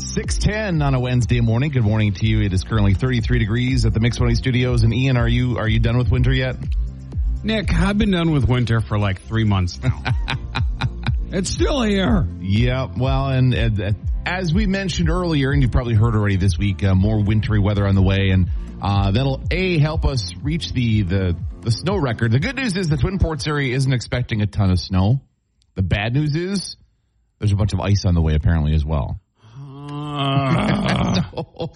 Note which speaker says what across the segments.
Speaker 1: 610 on a Wednesday morning. Good morning to you. It is currently 33 degrees at the Mix 20 studios. And Ian, are you, are you done with winter yet?
Speaker 2: Nick, I've been done with winter for like three months now. it's still here.
Speaker 1: Yeah. Well, and, and, uh, as we mentioned earlier, and you've probably heard already this week, uh, more wintry weather on the way. And, uh, that'll A, help us reach the, the, the snow record. The good news is the Twin Ports area isn't expecting a ton of snow. The bad news is there's a bunch of ice on the way apparently as well.
Speaker 2: Uh,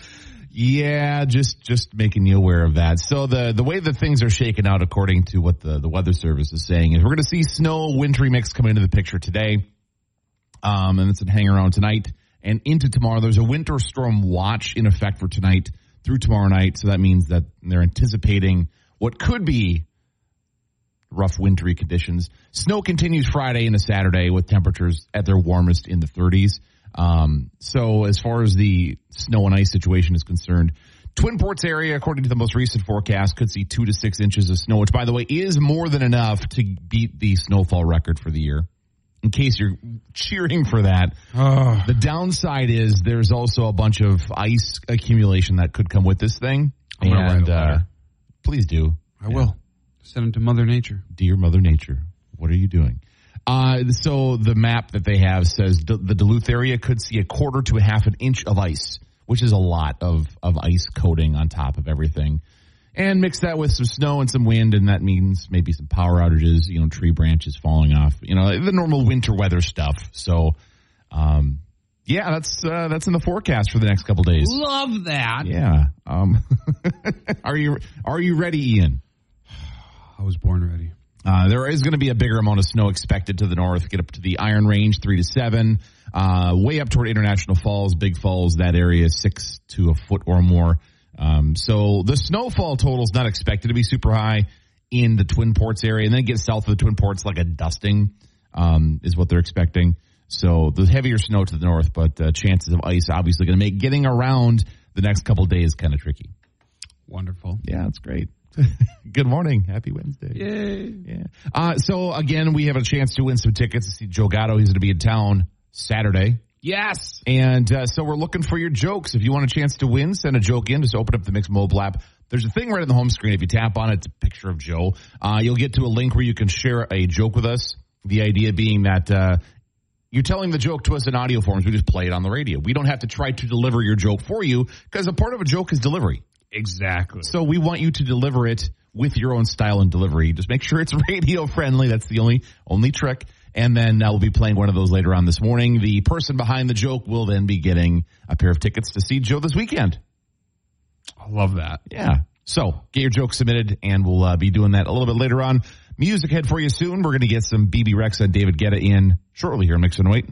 Speaker 1: yeah, just just making you aware of that. So the the way that things are shaken out, according to what the the weather service is saying, is we're going to see snow, wintry mix come into the picture today, um, and it's a hang around tonight and into tomorrow. There's a winter storm watch in effect for tonight through tomorrow night, so that means that they're anticipating what could be rough wintry conditions. Snow continues Friday into Saturday with temperatures at their warmest in the 30s. Um, so as far as the snow and ice situation is concerned, Twin Ports area, according to the most recent forecast, could see two to six inches of snow, which by the way is more than enough to beat the snowfall record for the year. In case you're cheering for that,
Speaker 2: uh,
Speaker 1: the downside is there's also a bunch of ice accumulation that could come with this thing.
Speaker 2: I'm gonna write a
Speaker 1: and uh,
Speaker 2: letter.
Speaker 1: please do
Speaker 2: I will. Send them to Mother Nature.
Speaker 1: dear Mother Nature, what are you doing? Uh, so the map that they have says D- the Duluth area could see a quarter to a half an inch of ice, which is a lot of, of ice coating on top of everything. And mix that with some snow and some wind, and that means maybe some power outages, you know, tree branches falling off, you know, the normal winter weather stuff. So, um, yeah, that's uh, that's in the forecast for the next couple days.
Speaker 2: Love that.
Speaker 1: Yeah. Um, are you are you ready, Ian?
Speaker 2: I was born ready.
Speaker 1: Uh, there is going to be a bigger amount of snow expected to the north. Get up to the Iron Range, three to seven. Uh, way up toward International Falls, Big Falls, that area, six to a foot or more. Um, so the snowfall total is not expected to be super high in the Twin Ports area. And then get south of the Twin Ports, like a dusting um, is what they're expecting. So the heavier snow to the north, but uh, chances of ice obviously going to make getting around the next couple days kind of tricky.
Speaker 2: Wonderful.
Speaker 1: Yeah, that's great. Good morning. Happy Wednesday.
Speaker 2: Yay.
Speaker 1: Yeah. Uh, so again, we have a chance to win some tickets to see Joe Gatto. He's going to be in town Saturday.
Speaker 2: Yes.
Speaker 1: And uh, so we're looking for your jokes. If you want a chance to win, send a joke in. Just open up the Mix mobile app. There's a thing right on the home screen. If you tap on it, it's a picture of Joe. Uh, you'll get to a link where you can share a joke with us. The idea being that uh, you're telling the joke to us in audio forms. We just play it on the radio. We don't have to try to deliver your joke for you because a part of a joke is delivery.
Speaker 2: Exactly.
Speaker 1: So we want you to deliver it with your own style and delivery. Just make sure it's radio friendly. That's the only only trick. And then uh, we'll be playing one of those later on this morning. The person behind the joke will then be getting a pair of tickets to see Joe this weekend.
Speaker 2: I love that.
Speaker 1: Yeah. So get your jokes submitted, and we'll uh, be doing that a little bit later on. Music head for you soon. We're going to get some BB Rex and David Guetta in shortly here. Mix and wait.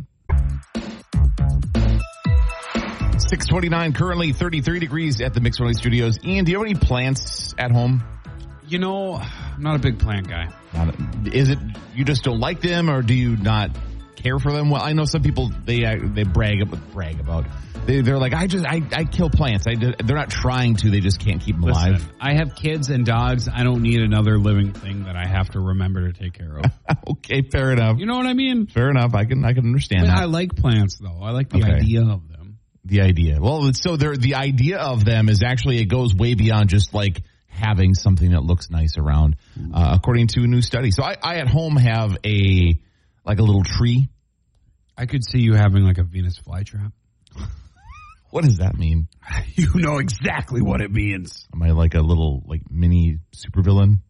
Speaker 1: 629 currently 33 degrees at the Mix One Studios. Ian, do you have any plants at home?
Speaker 2: You know, I'm not a big plant guy.
Speaker 1: Not, is it you just don't like them, or do you not care for them? Well, I know some people they uh, they brag ab- brag about they they're like I just I, I kill plants. I do- they're not trying to. They just can't keep them
Speaker 2: Listen,
Speaker 1: alive.
Speaker 2: I have kids and dogs. I don't need another living thing that I have to remember to take care of.
Speaker 1: okay, fair enough.
Speaker 2: you know what I mean?
Speaker 1: Fair enough. I can I can understand
Speaker 2: But
Speaker 1: that.
Speaker 2: I like plants though. I like the
Speaker 1: Okay.
Speaker 2: idea of them.
Speaker 1: the idea. Well, so there the idea of them is actually it goes way beyond just like having something that looks nice around, uh, according to a new study. So I, I at home have a like a little tree.
Speaker 2: I could see you having like a Venus flytrap.
Speaker 1: What does that mean?
Speaker 2: You know exactly what it means.
Speaker 1: Am I like a little like mini supervillain?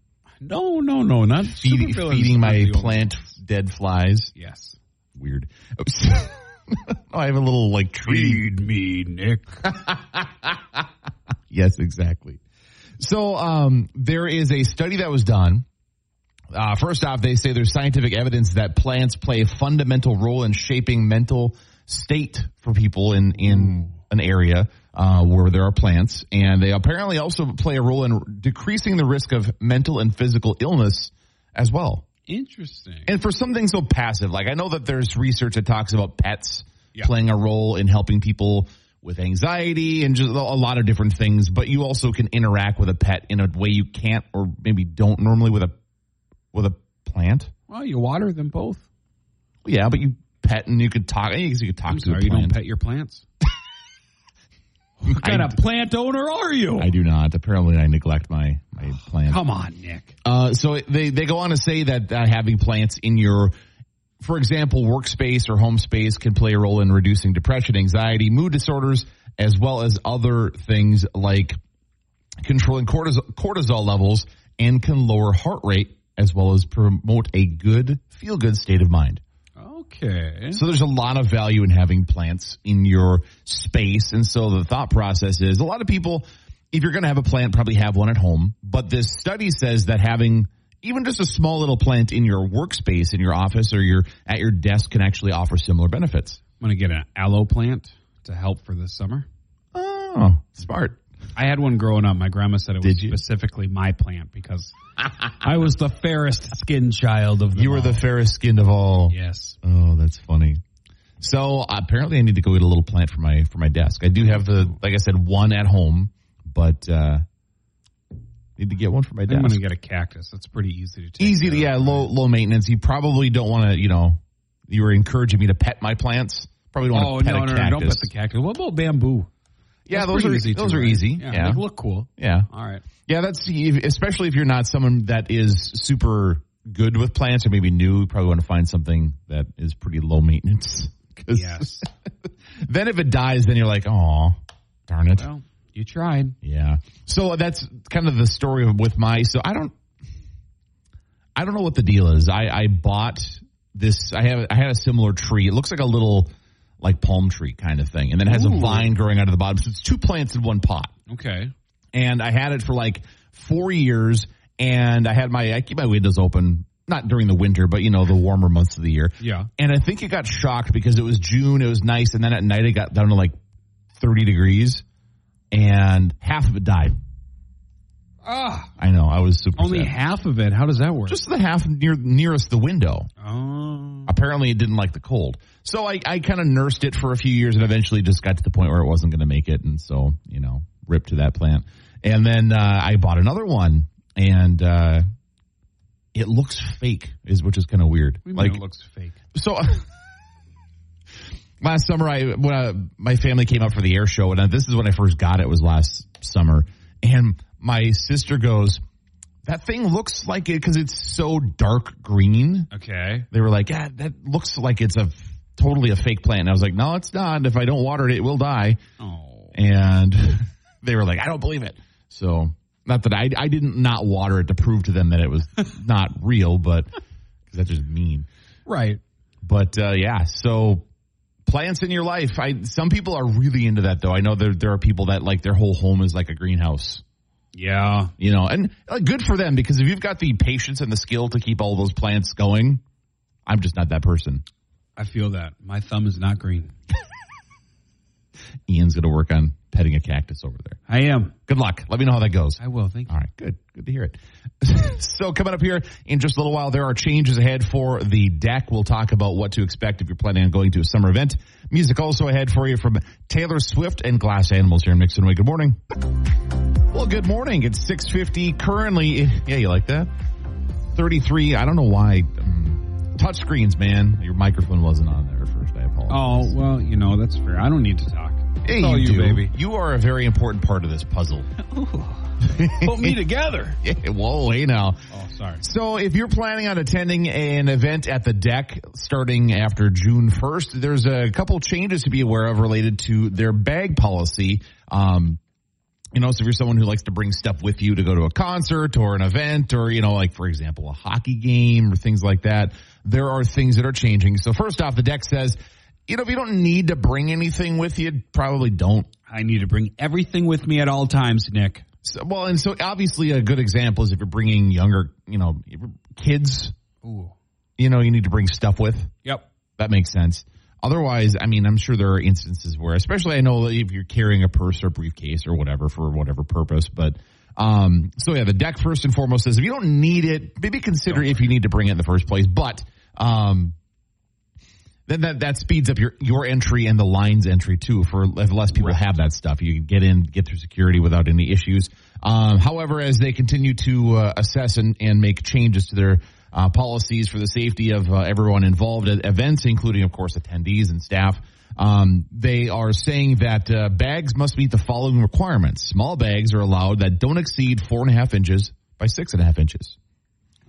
Speaker 2: No, no, no, not
Speaker 1: feed,
Speaker 2: supervillains.
Speaker 1: feeding
Speaker 2: Not
Speaker 1: my
Speaker 2: the only-
Speaker 1: plant dead flies.
Speaker 2: Yes.
Speaker 1: Weird. Oops. I have a little like tree.
Speaker 2: Feed me, Nick.
Speaker 1: Yes, exactly. So um, there is a study that was done. Uh, first off, they say there's scientific evidence that plants play a fundamental role in shaping mental state for people in in an area uh, where there are plants, and they apparently also play a role in decreasing the risk of mental and physical illness as well.
Speaker 2: Interesting.
Speaker 1: and for something so passive, like I know that there's research that talks about pets
Speaker 2: Yeah.
Speaker 1: playing a role in helping people with anxiety and just a lot of different things, but you also can interact with a pet in a way you can't or maybe don't normally with a with a plant.
Speaker 2: Well, you water them both.
Speaker 1: Yeah, but you pet and you could talk. I guess you could talk
Speaker 2: I'm
Speaker 1: to a
Speaker 2: sorry, you don't
Speaker 1: plant.
Speaker 2: pet your plants. What kind of plant owner are you?
Speaker 1: I do not. Apparently, I neglect my my plants.
Speaker 2: Come on, Nick.
Speaker 1: Uh, so they they go on to say that uh, having plants in your, for example, workspace or home space can play a role in reducing depression, anxiety, mood disorders, as well as other things like controlling cortisol, cortisol levels and can lower heart rate as well as promote a good feel good state of mind.
Speaker 2: Okay.
Speaker 1: So there's a lot of value in having plants in your space. And so the thought process is a lot of people, if you're going to have a plant, probably have one at home. But this study says that having even just a small little plant in your workspace, in your office or your at your desk can actually offer similar benefits.
Speaker 2: I'm going to get an aloe plant to help for this summer.
Speaker 1: Oh, smart.
Speaker 2: I had one growing up. My grandma said it was
Speaker 1: Did you?
Speaker 2: specifically my plant because I was the fairest skinned child of them
Speaker 1: You were the
Speaker 2: all.
Speaker 1: fairest skinned of all.
Speaker 2: Yes.
Speaker 1: Oh, that's funny. So apparently, I need to go get a little plant for my for my desk. I do have the, like I said, one at home, but uh need to get one for my
Speaker 2: I'm
Speaker 1: desk.
Speaker 2: going to get a cactus. That's pretty easy to take.
Speaker 1: Easy to
Speaker 2: care
Speaker 1: yeah,
Speaker 2: of.
Speaker 1: low low maintenance. You probably don't want to, you know, you were encouraging me to pet my plants. Probably don't
Speaker 2: Oh
Speaker 1: want to pet
Speaker 2: no,
Speaker 1: a
Speaker 2: no, no!
Speaker 1: cactus.
Speaker 2: Don't put the cactus. What about bamboo?
Speaker 1: yeah,
Speaker 2: That's
Speaker 1: those
Speaker 2: pretty
Speaker 1: are
Speaker 2: easy
Speaker 1: those
Speaker 2: too,
Speaker 1: are
Speaker 2: right?
Speaker 1: easy.
Speaker 2: Yeah,
Speaker 1: Yeah.
Speaker 2: they look cool.
Speaker 1: yeah.
Speaker 2: All right.
Speaker 1: Yeah, that's if- especially if you're not someone that is super good with plants or maybe new. You probably want to find something that is pretty low maintenance. 'Cause
Speaker 2: Yes.
Speaker 1: then if it dies, then you're like, oh, darn it.
Speaker 2: well, you tried.
Speaker 1: Yeah. So that's kind of the story of- with my. So I don't. I don't know what the deal is. I I bought this. I have I had a similar tree. It looks like a little like palm tree kind of thing, and then it has a
Speaker 2: Ooh.
Speaker 1: vine growing out of the bottom. So it's two plants in one pot
Speaker 2: Okay.
Speaker 1: and I had it for like four years. And I had my I keep my windows open, not during the winter, but you know the warmer months of the year.
Speaker 2: Yeah.
Speaker 1: And I think it got shocked because it was June, it was nice, and then at night it got down to like thirty degrees, and half of it died.
Speaker 2: Ah,
Speaker 1: I know I was super
Speaker 2: only
Speaker 1: sad.
Speaker 2: half of it. How does that work?
Speaker 1: just the half near nearest the window.
Speaker 2: oh,
Speaker 1: Apparently, it didn't like the cold, so I I kind of nursed it for a few years, and eventually just got to the point where it wasn't going to make it, and so you know ripped to that plant. And then uh, I bought another one, and uh, it looks fake, is which is kind of weird.
Speaker 2: We mean
Speaker 1: like
Speaker 2: it looks fake.
Speaker 1: so last summer i when I, my family came up for the air show and this is when i first got it was last summer and my sister goes that thing looks like it because it's so dark green
Speaker 2: Okay.
Speaker 1: they were like yeah that looks like it's a totally a fake plant and i was like no it's not if i don't water it it will die
Speaker 2: Oh.
Speaker 1: and they were like i don't believe it so not that i, I didn't not water it to prove to them that it was not real but because that's just mean
Speaker 2: Right.
Speaker 1: but uh, yeah, so plants in your life. I some people are really into that though. I know there there are people that like their whole home is like a greenhouse.
Speaker 2: Yeah.
Speaker 1: You know, and uh, good for them because if you've got the patience and the skill to keep all those plants going, I'm just not that person.
Speaker 2: I feel that. My thumb is not green.
Speaker 1: Ian's going to work on petting a cactus over there.
Speaker 2: I am.
Speaker 1: Good luck. Let me know how that goes.
Speaker 2: I will. Thank you.
Speaker 1: All right, good. Good to hear it. so, coming up here in just a little while, there are changes ahead for the deck. We'll talk about what to expect if you're planning on going to a summer event. Music also ahead for you from Taylor Swift and Glass Animals here in Mixon Way. Good morning. Well, good morning. It's 650 currently. Yeah, you like that? 33. I don't know why. Um, touchscreens, man. Your microphone wasn't on there at first. I apologize.
Speaker 2: Oh well, you know that's fair. I don't need to talk.
Speaker 1: Yeah,
Speaker 2: It's all you,
Speaker 1: do.
Speaker 2: baby.
Speaker 1: You are a very important part of this puzzle.
Speaker 2: Put me together.
Speaker 1: Whoa, hey now.
Speaker 2: Oh, sorry.
Speaker 1: So, if you're planning on attending an event at the deck starting after June 1st, there's a couple changes to be aware of related to their bag policy. Um, you know, so if you're someone who likes to bring stuff with you to go to a concert or an event or, you know, like for example, a hockey game or things like that, there are things that are changing. So, first off, the deck says, you know, if you don't need to bring anything with you, probably don't.
Speaker 2: I need to bring everything with me at all times, Nick.
Speaker 1: So, well, and so obviously a good example is if you're bringing younger, you know, kids,
Speaker 2: Ooh.
Speaker 1: you know, you need to bring stuff with.
Speaker 2: Yep.
Speaker 1: That makes sense. Otherwise, I mean, I'm sure there are instances where, especially I know if you're carrying a purse or briefcase or whatever for whatever purpose, but um, so yeah, the deck first and foremost says if you don't need it, maybe consider if you need to bring it in the first place, but um, then that, that speeds up your, your entry and the line's entry too for if less people have that stuff. You can get in, get through security without any issues. Um, however, as they continue to uh, assess and, and make changes to their uh, policies for the safety of uh, everyone involved at events, including, of course, attendees and staff, um, they are saying that uh, bags must meet the following requirements. Small bags are allowed that don't exceed four and a half inches by six and a half inches.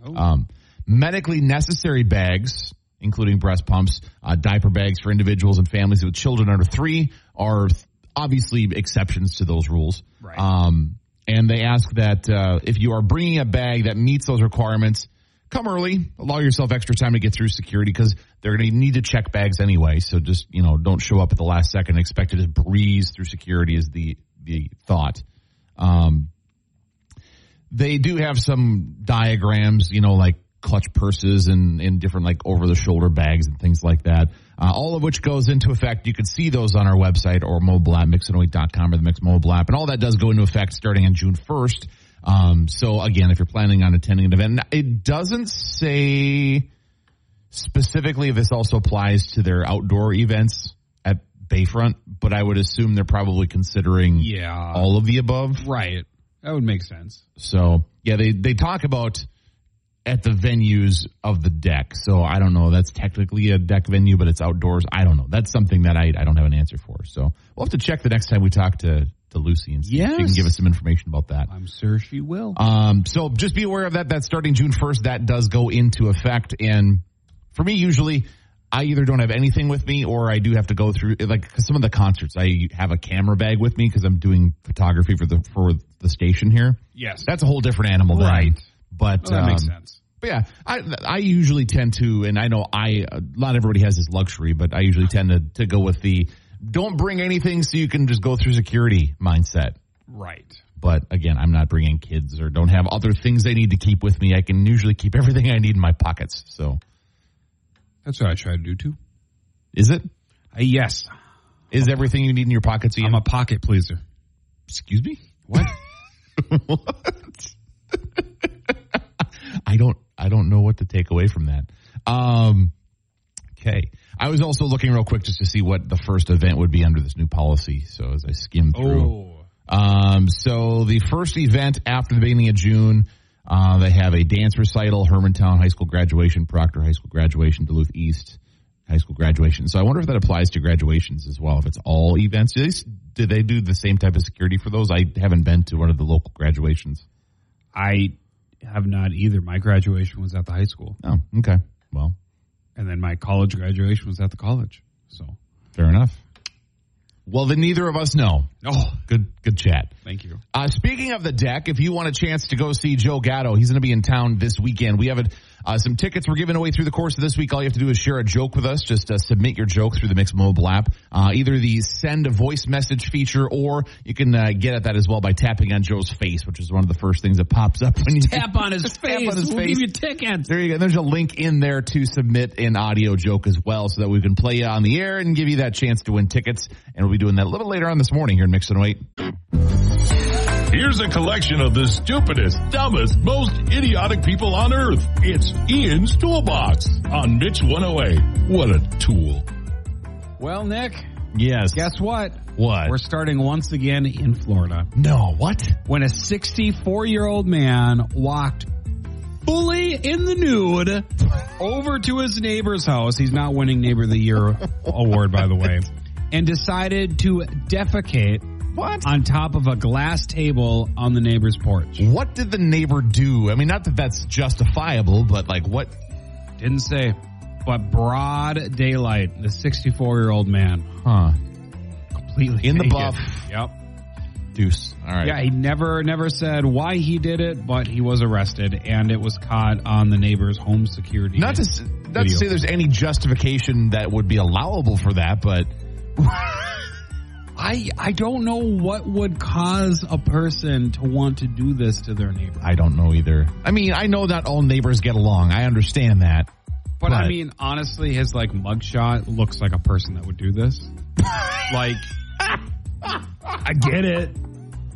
Speaker 1: Um, medically necessary bags, including breast pumps, uh, diaper bags for individuals and families with children under three, are th- obviously exceptions to those rules.
Speaker 2: Right.
Speaker 1: Um, and they ask that uh, if you are bringing a bag that meets those requirements, come early. Allow yourself extra time to get through security because they're going to need to check bags anyway. So just you know, don't show up at the last second. and Expect to just breeze through security is the the thought. Um, they do have some diagrams, you know, like clutch purses and, and different like over the shoulder bags and things like that. Uh, all of which goes into effect. You can see those on our website or mobile app, mixanoid.com or the Mix mobile app. And all that does go into effect starting on June 1st. Um, so again, if you're planning on attending an event, it doesn't say specifically if this also applies to their outdoor events at Bayfront, but I would assume they're probably considering
Speaker 2: Yeah.
Speaker 1: all of the above.
Speaker 2: right. That would make sense.
Speaker 1: So yeah, they they talk about at the venues of the deck. So I don't know. That's technically a deck venue, but it's outdoors. I don't know. That's something that I I don't have an answer for. So we'll have to check the next time we talk to to Lucy and see if she can
Speaker 2: Yes.
Speaker 1: give us some information about that.
Speaker 2: I'm sure she will.
Speaker 1: Um, so just be aware of that. That starting June first, that does go into effect. And for me, usually. I either don't have anything with me or I do have to go through like 'cause some of the concerts I have a camera bag with me cuz I'm doing photography for the for the station here.
Speaker 2: yes.
Speaker 1: That's a whole different animal, then.
Speaker 2: Right.
Speaker 1: But,
Speaker 2: Well, that makes
Speaker 1: um,
Speaker 2: sense.
Speaker 1: but yeah, I I usually tend to, and I know I not everybody has this luxury, but I usually tend to to go with the don't bring anything so you can just go through security mindset.
Speaker 2: Right.
Speaker 1: But again, I'm not bringing kids or don't have other things I need to keep with me. I can usually keep everything I need in my pockets. So
Speaker 2: That's what I try to do too.
Speaker 1: is it
Speaker 2: Uh, yes.
Speaker 1: is everything you need in your pockets? Ian?
Speaker 2: I'm a pocket pleaser.
Speaker 1: excuse me.
Speaker 2: What?
Speaker 1: I don't I don't know what to take away from that. Um okay. I was also looking real quick just to see what the first event would be under this new policy. So as I skim through.
Speaker 2: oh.
Speaker 1: Um so the first event after the beginning of June uh, they have a dance recital, Hermantown High School graduation, Proctor High School graduation, Duluth East High School graduation. So I wonder if that applies to graduations as well. If it's all events, do they, s- do they do the same type of security for those? I haven't been to one of the local graduations.
Speaker 2: I have not either. My graduation was at the high school,
Speaker 1: Oh, okay. Well,
Speaker 2: and then my college graduation was at the college. So.
Speaker 1: Fair enough. Well, then neither of us know.
Speaker 2: Oh,
Speaker 1: Good, good chat.
Speaker 2: thank you.
Speaker 1: Uh, speaking of the deck, if you want a chance to go see Joe Gatto, he's going to be in town this weekend. We have a, uh, some tickets we're giving away through the course of this week. All you have to do is share a joke with us. Just uh, submit your joke through the Mix mobile app, uh, either the send a voice message feature, or you can uh, get at that as well by tapping on Joe's face, which is one of the first things that pops up when you
Speaker 2: Tap on his face.
Speaker 1: on his
Speaker 2: we'll
Speaker 1: face.
Speaker 2: give you tickets.
Speaker 1: There you go. There's a link in there to submit an audio joke as well so that we can play you on the air and give you that chance to win tickets. And we'll be doing that a little later on this morning here in Mix and Wait.
Speaker 3: Here's a collection of the stupidest, dumbest, most idiotic people on earth. It's Ian's Toolbox on Mitch 108. What a tool.
Speaker 2: Well, Nick,
Speaker 1: Yes.
Speaker 2: guess what?
Speaker 1: what?
Speaker 2: We're starting once again in Florida.
Speaker 1: no, what?
Speaker 2: when a 64 year old man walked fully in the nude over to his neighbor's house. He's not winning Neighbor of the Year award, by the way, and decided to defecate
Speaker 1: What?
Speaker 2: on top of a glass table on the neighbor's porch.
Speaker 1: What did the neighbor do? I mean, not that that's justifiable, but like what?
Speaker 2: Didn't say, but broad daylight, the 64 year old man
Speaker 1: Huh.
Speaker 2: completely
Speaker 1: In the
Speaker 2: naked.
Speaker 1: buff.
Speaker 2: Yep.
Speaker 1: Deuce. All right.
Speaker 2: Yeah, he never never said why he did it, but he was arrested and it was caught on the neighbor's home security.
Speaker 1: Not to, s- not to
Speaker 2: Video.
Speaker 1: say there's any justification that would be allowable for that, but
Speaker 2: I I don't know what would cause a person to want to do this to their neighbor.
Speaker 1: I don't know either. I mean, I know not all neighbors get along. I understand that.
Speaker 2: But I
Speaker 1: Right.
Speaker 2: mean, honestly, his like mugshot looks like a person that would do this. like, I get it,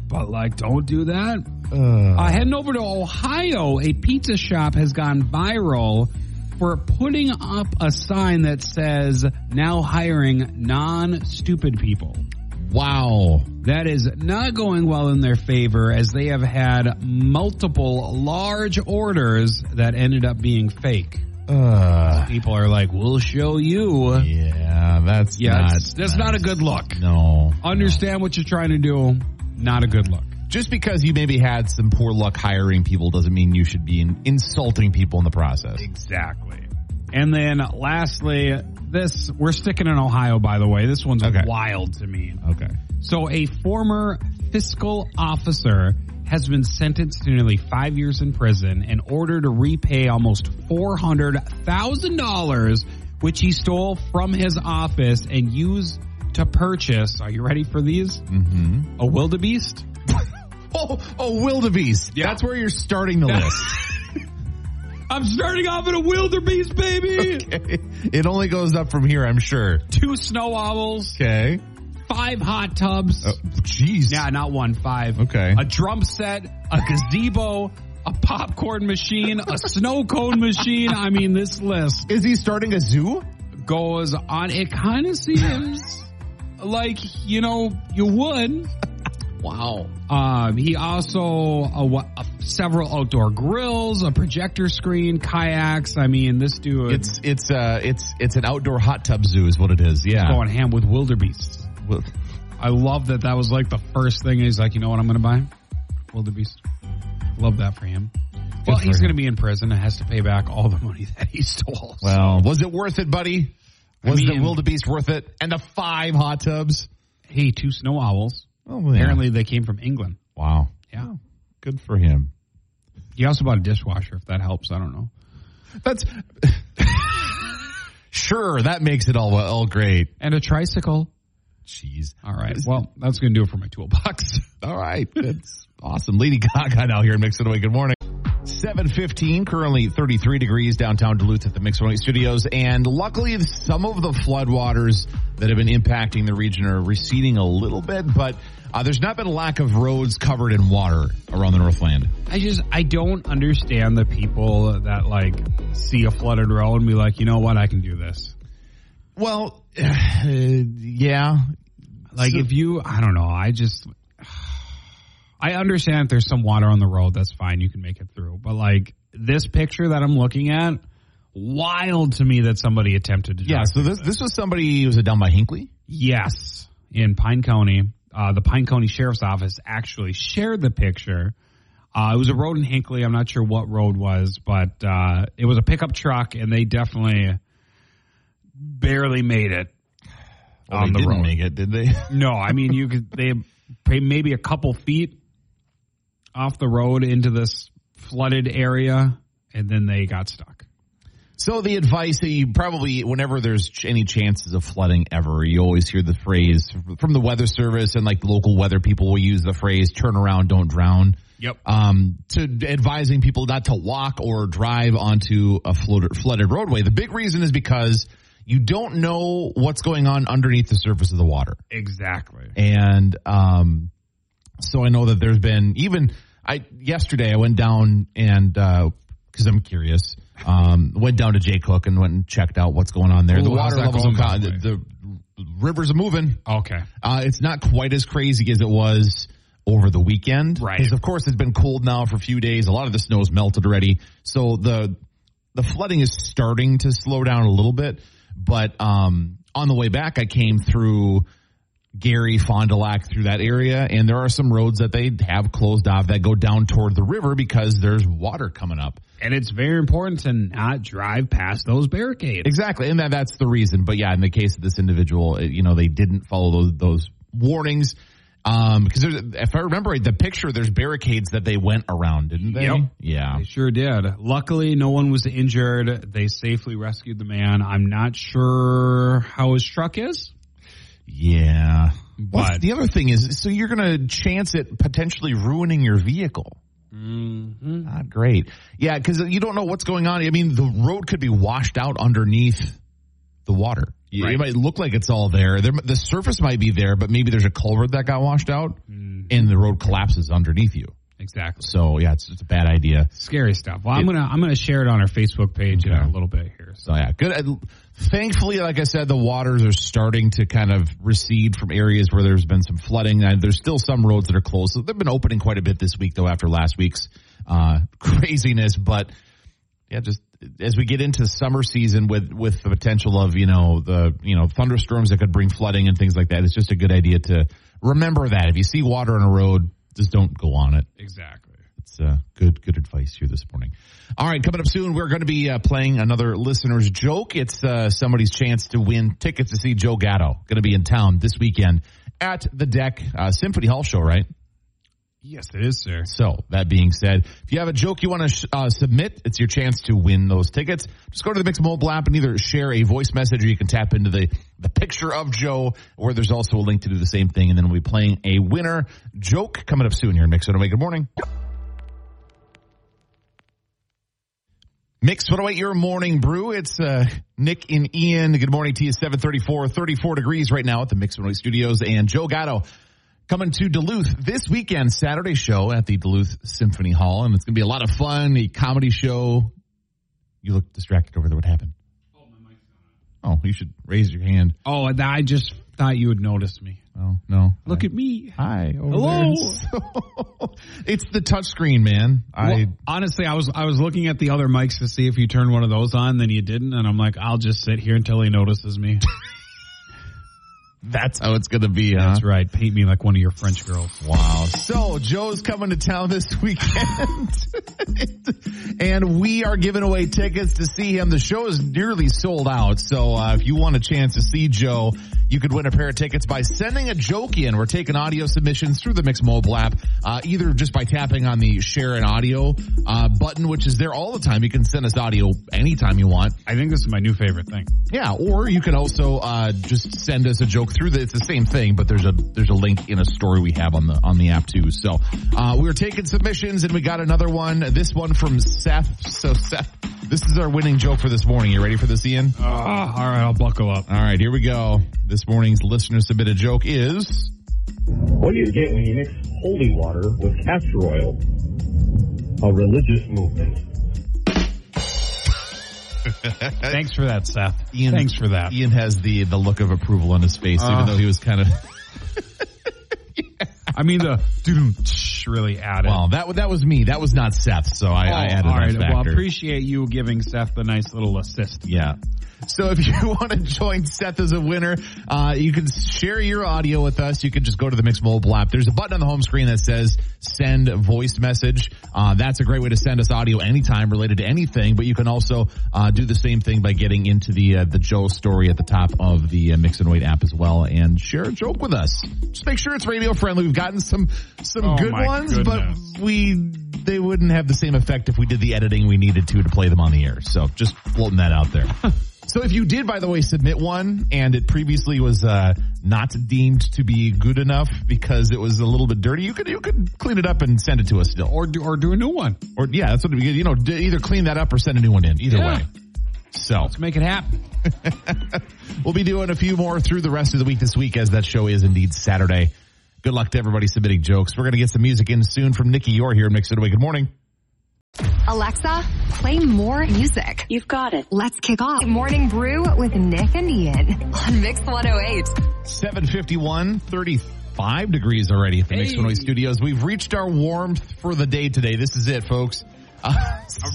Speaker 2: but like, don't do that. Uh, heading over to Ohio, a pizza shop has gone viral for putting up a sign that says "Now hiring non-stupid people."
Speaker 1: Wow.
Speaker 2: That is not going well in their favor as they have had multiple large orders that ended up being fake.
Speaker 1: Uh,
Speaker 2: People are like, we'll show you.
Speaker 1: yeah, that's Uh,
Speaker 2: Yeah,
Speaker 1: not.
Speaker 2: that's, that's not a good look.
Speaker 1: No.
Speaker 2: Understand what you're trying to do. Not a good look.
Speaker 1: Just because you maybe had some poor luck hiring people doesn't mean you should be in, insulting people in the process.
Speaker 2: Exactly. And then lastly, this, we're sticking in Ohio, by the way. This one's
Speaker 1: Okay.
Speaker 2: wild to me.
Speaker 1: Okay.
Speaker 2: So a former fiscal officer has been sentenced to nearly five years in prison in order to repay almost $400,000, which he stole from his office and used to purchase, are you ready for these?
Speaker 1: Mm-hmm.
Speaker 2: A wildebeest?
Speaker 1: Oh, oh, wildebeest.
Speaker 2: Yeah.
Speaker 1: That's where you're starting the list.
Speaker 2: I'm starting off at a wildebeest, baby!
Speaker 1: it only goes up from here, I'm sure.
Speaker 2: Two snow owls,
Speaker 1: Okay.
Speaker 2: five hot tubs.
Speaker 1: Oh, Jeez.
Speaker 2: Yeah, not one, five.
Speaker 1: Okay.
Speaker 2: A drum set, a gazebo, a popcorn machine, a snow cone machine. I mean, this list
Speaker 1: Is he starting a zoo?
Speaker 2: goes on. It kind of seems like, you know, you would.
Speaker 1: Wow.
Speaker 2: Um, he also, uh, what, uh, several outdoor grills, a projector screen, kayaks. I mean, this dude
Speaker 1: It's it's uh it's it's an outdoor hot tub zoo is what it is. Yeah.
Speaker 2: going ham with wildebeests.
Speaker 1: Well,
Speaker 2: I love that that was like the first thing. He's like, you know what I'm going to buy? Wildebeest. Love that for him. well,
Speaker 1: for
Speaker 2: he's
Speaker 1: him.
Speaker 2: going to be in prison and has to pay back all the money that he stole.
Speaker 1: Well, was it worth it, buddy?
Speaker 2: I
Speaker 1: Was the
Speaker 2: mean-
Speaker 1: wildebeest worth it? And the five hot tubs?
Speaker 2: hey, two snow owls.
Speaker 1: Oh, yeah.
Speaker 2: Apparently, they came from England.
Speaker 1: Wow.
Speaker 2: Yeah.
Speaker 1: Good for him.
Speaker 2: He also bought a dishwasher, if that helps. I don't know.
Speaker 1: That's sure that makes it all well, all great.
Speaker 2: And a tricycle.
Speaker 1: Jeez.
Speaker 2: All right. Well, that's going to do it for my toolbox.
Speaker 1: All right. That's awesome. Lady Gaga now here in Mix It Away. Good morning. 715, currently 33 degrees downtown Duluth at the Mix It Away Studios. And luckily, some of the floodwaters that have been impacting the region are receding a little bit, but uh, there's not been a lack of roads covered in water around the Northland.
Speaker 2: I just, I don't understand the people that like see a flooded road and be like, you know what? I can do this.
Speaker 1: Well,
Speaker 2: uh,
Speaker 1: yeah.
Speaker 2: Like
Speaker 1: So-
Speaker 2: if you, I don't know. I just, I understand if there's some water on the road, that's fine. You can make it through. But like this picture that I'm looking at, wild to me that somebody attempted to.
Speaker 1: Yeah,
Speaker 2: drive
Speaker 1: so this this was somebody, was it down by Hinkley?
Speaker 2: Yes, in Pine County. Uh, the Pine County Sheriff's Office actually shared the picture. Uh, it was a road in Hinkley. I'm not sure what road was, but uh, it was a pickup truck, and they definitely barely made it
Speaker 1: Well,
Speaker 2: on
Speaker 1: they
Speaker 2: the
Speaker 1: didn't
Speaker 2: road.
Speaker 1: make it, did they?
Speaker 2: No, I mean you could they pay maybe a couple feet off the road into this flooded area, and then they got stuck.
Speaker 1: So the advice that you probably, whenever there's ch- any chances of flooding ever, you always hear the phrase from the weather service and like the local weather people will use the phrase "turn around, don't drown."
Speaker 2: Yep.
Speaker 1: Um, to advising people not to walk or drive onto a flooded, flooded roadway. The big reason is because you don't know what's going on underneath the surface of the water.
Speaker 2: Exactly.
Speaker 1: And um, so I know that there's been even I yesterday I went down and because I'm curious, um, went down to Jay Cook and went and checked out what's going on there. the
Speaker 2: Ooh,
Speaker 1: water
Speaker 2: how's that
Speaker 1: levels
Speaker 2: going,
Speaker 1: are co-
Speaker 2: by the way?
Speaker 1: the, the rivers are moving.
Speaker 2: Okay.
Speaker 1: Uh, it's not quite as crazy as it was over the weekend,
Speaker 2: Right.
Speaker 1: Because of course it's been cold now for a few days. A lot of the snow's melted already, so the the flooding is starting to slow down a little bit. But um, on the way back, I came through Gary, Fond du Lac, through that area, and there are some roads that they have closed off that go down toward the river because there's water coming up.
Speaker 2: And it's very important to not drive past those barricades.
Speaker 1: Exactly, and that that's the reason. But yeah, in the case of this individual, it, you know, they didn't follow those those warnings. Um, because there's, if I remember right, the picture, there's barricades that they went around, didn't they?
Speaker 2: Yep.
Speaker 1: Yeah.
Speaker 2: They sure did. Luckily, no one was injured. They safely rescued the man. I'm not sure how his truck is.
Speaker 1: Yeah. What's
Speaker 2: But-
Speaker 1: the other thing is, so you're going to chance it potentially ruining your vehicle.
Speaker 2: Mm-hmm.
Speaker 1: Not Ah, great. Yeah, because you don't know what's going on. I mean, the road could be washed out underneath the water. You- It
Speaker 2: Right.
Speaker 1: might look like it's all there. there. The surface might be there, but maybe there's a culvert that got washed out and the road collapses underneath you.
Speaker 2: Exactly.
Speaker 1: So yeah, it's, it's a bad idea.
Speaker 2: Scary stuff. Well, I'm gonna I'm gonna share it on our Facebook page in a little bit here. So
Speaker 1: So yeah, good. uh, Thankfully, like I said, the waters are starting to kind of recede from areas where there's been some flooding. Uh, There's still some roads that are closed. So they've been opening quite a bit this week, though, after last week's uh, craziness. But yeah, just as we get into summer season with with the potential of you know the you know thunderstorms that could bring flooding and things like that, it's just a good idea to remember that if you see water on a road, just don't go on it.
Speaker 2: exactly.
Speaker 1: It's uh, good, good advice here this morning. All right, coming up soon, we're going to be uh, playing another listener's joke. It's uh, somebody's chance to win tickets to see Joe Gatto. Going to be in town this weekend at the Deck uh, Symphony Hall show, right?
Speaker 2: Yes, it is, sir.
Speaker 1: So that being said, if you have a joke you want to sh- uh, submit, it's your chance to win those tickets. Just go to the Mix Mobile app and either share a voice message or you can tap into the, the picture of Joe, where there's also a link to do the same thing. And then we'll be playing a winner joke coming up soon here. at Mix One Away. Good morning. Mix 108, your morning brew. It's uh, Nick and Ian. Good morning to you. 734, 34 degrees right now at the Mix 108 studios. And Joe Gatto coming to Duluth this weekend, Saturday show at the Duluth Symphony Hall. And it's going to be a lot of fun, a comedy show. You look distracted over there. What happened? Oh, you should raise your hand.
Speaker 2: Oh, and I just thought you would notice me.
Speaker 1: Oh, no.
Speaker 2: Look at me.
Speaker 1: Hi. over
Speaker 2: Hello.
Speaker 1: there. it's the touchscreen, man. I.
Speaker 2: Well, honestly, I was I was looking at the other mics to see if you turned one of those on, then you didn't, and I'm like, I'll just sit here until he notices me.
Speaker 1: That's how oh, it's going to be, huh?
Speaker 2: That's right. Paint me like one of your French girls.
Speaker 1: Wow. So Joe's coming to town this weekend, and we are giving away tickets to see him. The show is nearly sold out. So uh, if you want a chance to see Joe, you could win a pair of tickets by sending a joke in. We're taking audio submissions through the Mix Mobile app, uh, either just by tapping on the share an audio uh, button, which is there all the time. You can send us audio anytime you want.
Speaker 2: I think this is my new favorite thing.
Speaker 1: Yeah, or you can also uh, just send us a joke through the. It's the same thing, but there's a there's a link in a story we have on the on the app too. So uh, we were taking submissions, and we got another one. This one from Seth. So Seth, this is our winning joke for this morning. You ready for this, Ian?
Speaker 2: Oh, all right, I'll buckle up.
Speaker 1: All right, here we go. This morning's listener submitted joke is
Speaker 4: What do you get when you mix holy water with castor oil? A religious movement.
Speaker 2: Thanks for that, Seth.
Speaker 1: Uh, Ian.
Speaker 2: Thanks for that.
Speaker 1: Ian has the the look of approval on his face, even
Speaker 2: Ah.
Speaker 1: though he was kind of.
Speaker 2: I mean, the doo-doo-tsh really added.
Speaker 1: Well, that that was me. That was not Seth. So I,
Speaker 2: Oh,
Speaker 1: I added
Speaker 2: all right.
Speaker 1: that
Speaker 2: Well,
Speaker 1: factor.
Speaker 2: appreciate you giving Seth the nice little assist.
Speaker 1: Yeah. So if you want to join Seth as a winner, uh, you can share your audio with us. You can just go to the Mix Mobile app. There's a button on the home screen that says send voice message. Uh, that's a great way to send us audio anytime related to anything, but you can also, uh, do the same thing by getting into the, uh, the Joe story at the top of the uh, Mix and Wait app as well and share a joke with us. Just make sure it's radio friendly. We've gotten some, some
Speaker 2: Oh
Speaker 1: good
Speaker 2: my
Speaker 1: ones, but
Speaker 2: goodness.
Speaker 1: we they wouldn't have the same effect if we did the editing we needed to to play them on the air. So just floating that out there. so if you did, by the way, submit one and it previously was uh, not deemed to be good enough because it was a little bit dirty, you could you could clean it up and send it to us still. Or,
Speaker 2: Or do, or do a new one.
Speaker 1: or yeah, that's what it'd be good. You know, d- either clean that up or send a new one in. Either
Speaker 2: Yeah.
Speaker 1: way. So
Speaker 2: Let's make it happen.
Speaker 1: we'll be doing a few more through the rest of the week this week as that show is indeed Saturday. Good luck to everybody submitting jokes. We're going to get some music in soon from Nikki Yore here at Mix It Away. Good morning.
Speaker 5: Alexa, play more music.
Speaker 6: You've got it.
Speaker 5: Let's kick off Morning Brew with Nick and Ian on Mix 108.
Speaker 1: 751, 35 degrees already at the Mix
Speaker 2: Hey.
Speaker 1: Noise Studios. We've reached our warmth for the day today. This is it, folks.
Speaker 2: All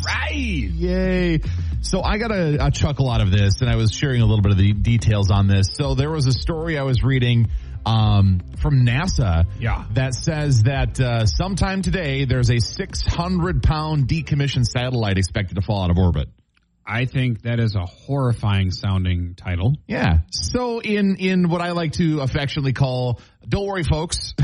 Speaker 2: right.
Speaker 1: Yay. So I got a, a chuckle out of this, and I was sharing a little bit of the details on this. So there was a story I was reading um, from NASA
Speaker 2: Yeah.
Speaker 1: that says that uh, sometime today there's a 600 pound decommissioned satellite expected to fall out of orbit.
Speaker 2: I think that is a horrifying sounding title.
Speaker 1: Yeah. So in in what I like to affectionately call, don't worry, folks.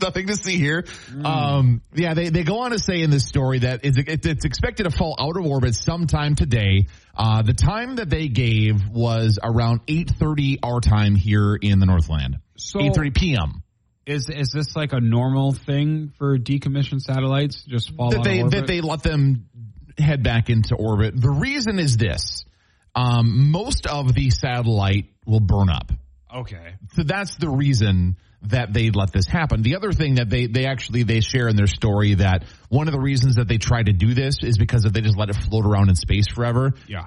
Speaker 1: Nothing to see here.
Speaker 2: Mm.
Speaker 1: Um, yeah, they, they go on to say in this story that is it, it's expected to fall out of orbit sometime today. Uh, the time that they gave was around eight thirty our time here in the Northland.
Speaker 2: So-
Speaker 1: eight thirty p.m.
Speaker 2: Is is this like a normal thing for decommissioned satellites? Just fall
Speaker 1: that
Speaker 2: out
Speaker 1: they
Speaker 2: of
Speaker 1: that
Speaker 2: orbit?
Speaker 1: they let them head back into orbit. The reason is this: um, most of the satellite will burn up.
Speaker 2: Okay.
Speaker 1: so that's the reason that they let this happen. The other thing that they they actually they share in their story that one of the reasons that they tried to do this is because if they just let it float around in space forever.
Speaker 2: Yeah.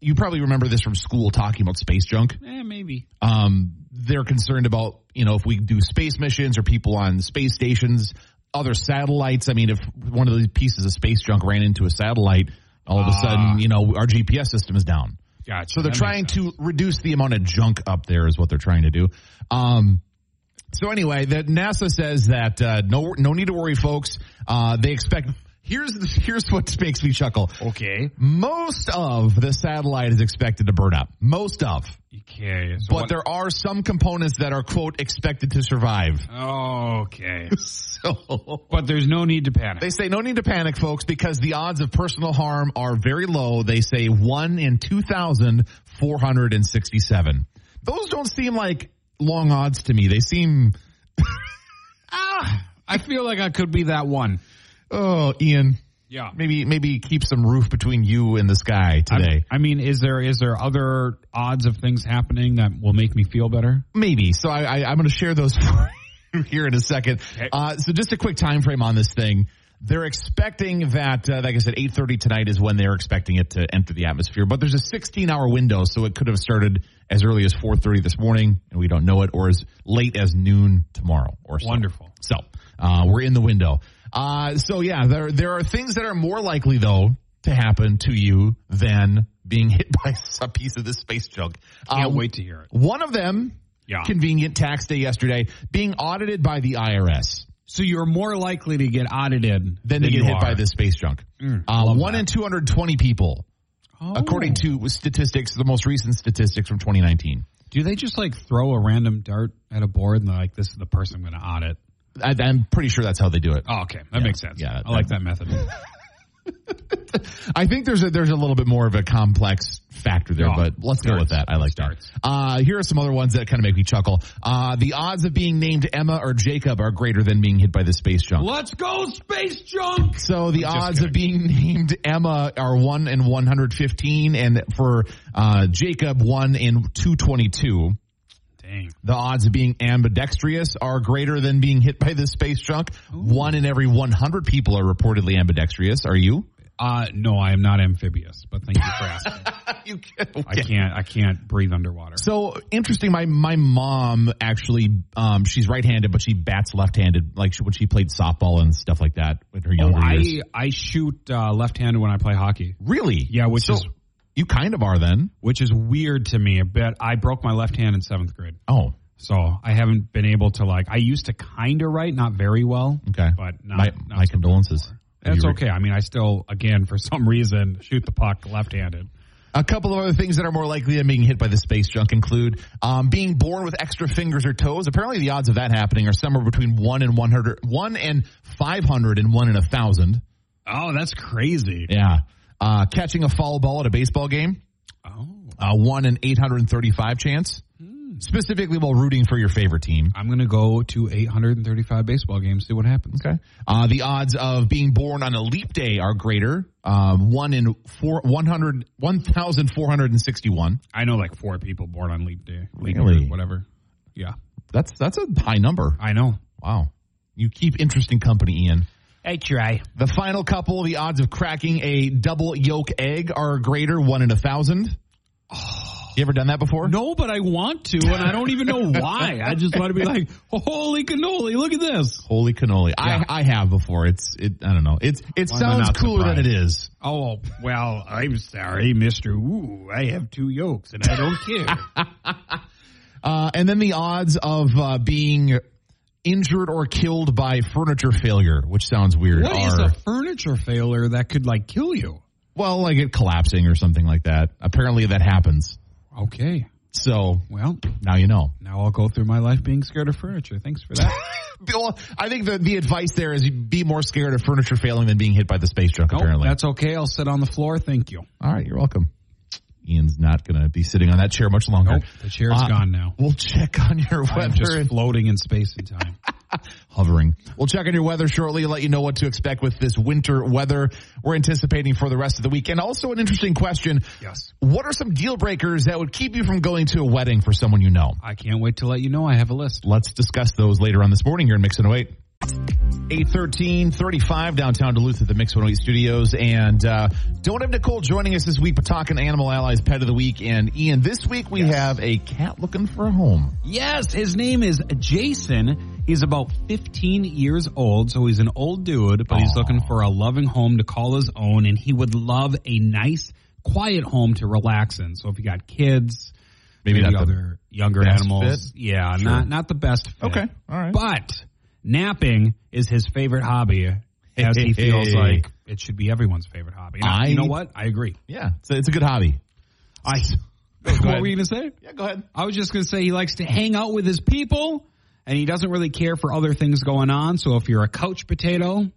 Speaker 1: You probably remember this from school talking about space junk.
Speaker 2: Eh, maybe.
Speaker 1: Um, they're concerned about you know if we do space missions or people on space stations, other satellites. I mean, if one of these pieces of space junk ran into a satellite, all of a sudden you know our GPS system is down.
Speaker 2: Gotcha.
Speaker 1: So they're
Speaker 2: That makes
Speaker 1: trying to
Speaker 2: sense.
Speaker 1: reduce the amount of junk up there, is what they're trying to do. Um, so anyway, that NASA says that uh, no, no need to worry, folks. Uh, they expect here's here's what makes me chuckle.
Speaker 2: Okay.
Speaker 1: Most of the satellite is expected to burn up. Most of,
Speaker 2: Okay. So
Speaker 1: but
Speaker 2: what-
Speaker 1: there are some components that are quote expected to survive.
Speaker 2: Okay.
Speaker 1: So
Speaker 2: But there's no need to panic.
Speaker 1: They say no need to panic, folks, because the odds of personal harm are very low. They say one in 2,467. Those don't seem like long odds to me. They seem,
Speaker 2: ah, I feel like I could be that one.
Speaker 1: oh, Ian,
Speaker 2: Yeah.
Speaker 1: maybe, maybe keep some roof between you and the sky
Speaker 2: I'm-
Speaker 1: today.
Speaker 2: I mean, is there is there other odds of things happening that will make me feel better?
Speaker 1: maybe. So I, I I'm going to share those for you here in a second. Uh, so just a quick time frame on this thing. They're expecting that, uh, like I said, 8:30 tonight is when they're expecting it to enter the atmosphere. But there's a 16-hour window, so it could have started as early as 4:30 this morning, and we don't know it, or as late as noon tomorrow, or so.
Speaker 2: Wonderful.
Speaker 1: So uh, we're in the window. Uh, so yeah, there there are things that are more likely though to happen to you than being hit by a piece of this space junk.
Speaker 2: Can't
Speaker 1: Uh,
Speaker 2: wait to hear it.
Speaker 1: one of them,
Speaker 2: Yeah.
Speaker 1: convenient tax day yesterday, being audited by the IRS.
Speaker 2: So you're more likely to get audited
Speaker 1: Then they
Speaker 2: than
Speaker 1: get
Speaker 2: you
Speaker 1: hit
Speaker 2: are. Mm,
Speaker 1: by this space junk. uh, one in 220 people,
Speaker 2: Oh.
Speaker 1: according to statistics, the most recent statistics from 2019.
Speaker 2: do they just like throw a random dart at a board and they're like, this is the person I'm going to audit?
Speaker 1: I, I'm pretty sure that's how they do it.
Speaker 2: Oh, okay, that makes sense.
Speaker 1: Yeah, that-
Speaker 2: I like that method.
Speaker 1: I think there's a, there's a little bit more of a complex factor there,
Speaker 2: Yeah.
Speaker 1: but let's go with that.
Speaker 2: Darts.
Speaker 1: I like
Speaker 2: Darts.
Speaker 1: that. Uh, here are some other ones that kind of make me chuckle. Uh, the odds of being named Emma or Jacob are greater than being hit by the space junk.
Speaker 2: Let's go, space junk.
Speaker 1: So the
Speaker 2: Just
Speaker 1: odds
Speaker 2: kidding.
Speaker 1: of being named Emma are one in one hundred fifteen, and for uh, Jacob, one in two twenty two.
Speaker 2: Dang.
Speaker 1: The odds of being ambidextrous are greater than being hit by the space junk. One in every one hundred people are reportedly ambidextrous. Are you?
Speaker 2: Uh, no, I am not amphibious, but thank you for asking.
Speaker 1: you can't.
Speaker 2: I can't. I can't breathe underwater.
Speaker 1: So interesting. My my mom actually, um, she's right handed, but she bats left handed. Like she, when she played softball and stuff like that in her
Speaker 2: Oh,
Speaker 1: younger years.
Speaker 2: I I shoot uh, left-handed when I play hockey,
Speaker 1: Really?
Speaker 2: Yeah, which
Speaker 1: So
Speaker 2: is-
Speaker 1: you kind of are then.
Speaker 2: which is weird to me. But I broke my left hand in seventh grade,
Speaker 1: Oh,
Speaker 2: so I haven't been able to like. I used to kind of write, not very well.
Speaker 1: okay.
Speaker 2: but not,
Speaker 1: my
Speaker 2: not
Speaker 1: my
Speaker 2: so-
Speaker 1: condolences.
Speaker 2: That's
Speaker 1: You-
Speaker 2: okay. I mean, I still, again, for some reason, shoot the puck left-handed.
Speaker 1: A couple of other things that are more likely than being hit by the space junk include um, being born with extra fingers or toes. Apparently, the odds of that happening are somewhere between one and one hundred, one and five hundred, and one in a thousand.
Speaker 2: Oh, that's crazy.
Speaker 1: Yeah, uh, catching a foul ball at a baseball game,
Speaker 2: Oh, Hmm.
Speaker 1: uh, one in eight hundred and thirty-five chance. Specifically, while rooting for your favorite team.
Speaker 2: I'm gonna go to 835 baseball games. See what happens.
Speaker 1: Okay. Uh, the odds of being born on a leap day are greater. Um, one in four, 100, 1,461.
Speaker 2: I know like four people born on leap day, leap
Speaker 1: Really?
Speaker 2: year, whatever. Yeah,
Speaker 1: That's, that's a high number.
Speaker 2: I know.
Speaker 1: Wow. You keep interesting company, Ian.
Speaker 2: I try.
Speaker 1: The final couple, the odds of cracking a double yolk egg are greater, one in a thousand. You ever done that before?
Speaker 2: Oh. No, but I want to, and I don't even know why. I just want to be like, holy cannoli, look at this.
Speaker 1: Holy cannoli!
Speaker 2: Yeah.
Speaker 1: I I have before. It's it. I don't know. It's it
Speaker 2: Why am I
Speaker 1: sounds
Speaker 2: not
Speaker 1: cooler than it is.
Speaker 2: Oh, well, I'm sorry, Mr. Ooh, I have two yolks, and I don't care.
Speaker 1: Uh, and then the odds of uh, being injured or killed by furniture failure, which sounds weird.
Speaker 2: What is
Speaker 1: are-
Speaker 2: a furniture failure that could like kill you?
Speaker 1: well, like it collapsing or something like that. Apparently, that happens.
Speaker 2: Okay.
Speaker 1: So
Speaker 2: Well,
Speaker 1: now you know.
Speaker 2: now I'll go through my life being scared of furniture. Thanks for that.
Speaker 1: Well, I think the, the advice there is you be more scared of furniture failing than being hit by the space junk,
Speaker 2: Nope,
Speaker 1: apparently.
Speaker 2: that's okay. I'll sit on the floor. Thank you.
Speaker 1: All right, you're welcome. Ian's not going to be sitting on that chair much longer. Uh,
Speaker 2: Nope, the chair's gone now.
Speaker 1: We'll check on your
Speaker 2: I'm
Speaker 1: weather.
Speaker 2: just
Speaker 1: and-
Speaker 2: floating in space and time.
Speaker 1: hovering. We'll check on your weather shortly, let you know what to expect with this winter weather we're anticipating for the rest of the week. And also an interesting question.
Speaker 2: Yes.
Speaker 1: What are some deal breakers that would keep you from going to a wedding for someone you know?
Speaker 2: I can't wait to let you know I have a list.
Speaker 1: Let's discuss those later on this morning here in Mix 108. 813 35 downtown Duluth at the Mix 108 studios. And uh, don't have Nicole joining us this week, but talking Animal Allies Pet of the Week. And Ian, this week we have a cat looking for a home.
Speaker 2: Yes, his name is Jason. He's about 15 years old, so he's an old dude, but he's looking for a loving home to call his own, and he would love a nice, quiet home to relax in. So if you got kids,
Speaker 1: Maybe not the
Speaker 2: other younger
Speaker 1: best
Speaker 2: animals,
Speaker 1: fit?
Speaker 2: yeah,
Speaker 1: Sure.
Speaker 2: not not the best. Fit.
Speaker 1: Okay, all right.
Speaker 2: But napping is his favorite hobby, as he feels
Speaker 1: Hey.
Speaker 2: like it should be everyone's favorite hobby. And I-
Speaker 1: I-
Speaker 2: you know what? I agree.
Speaker 1: Yeah, so it's a good hobby.
Speaker 2: I.
Speaker 1: ahead.
Speaker 2: what were you gonna say?
Speaker 1: Yeah, go ahead.
Speaker 2: I was just going to say he likes to hang out with his people and he doesn't really care for other things going on. So if you're a couch potato,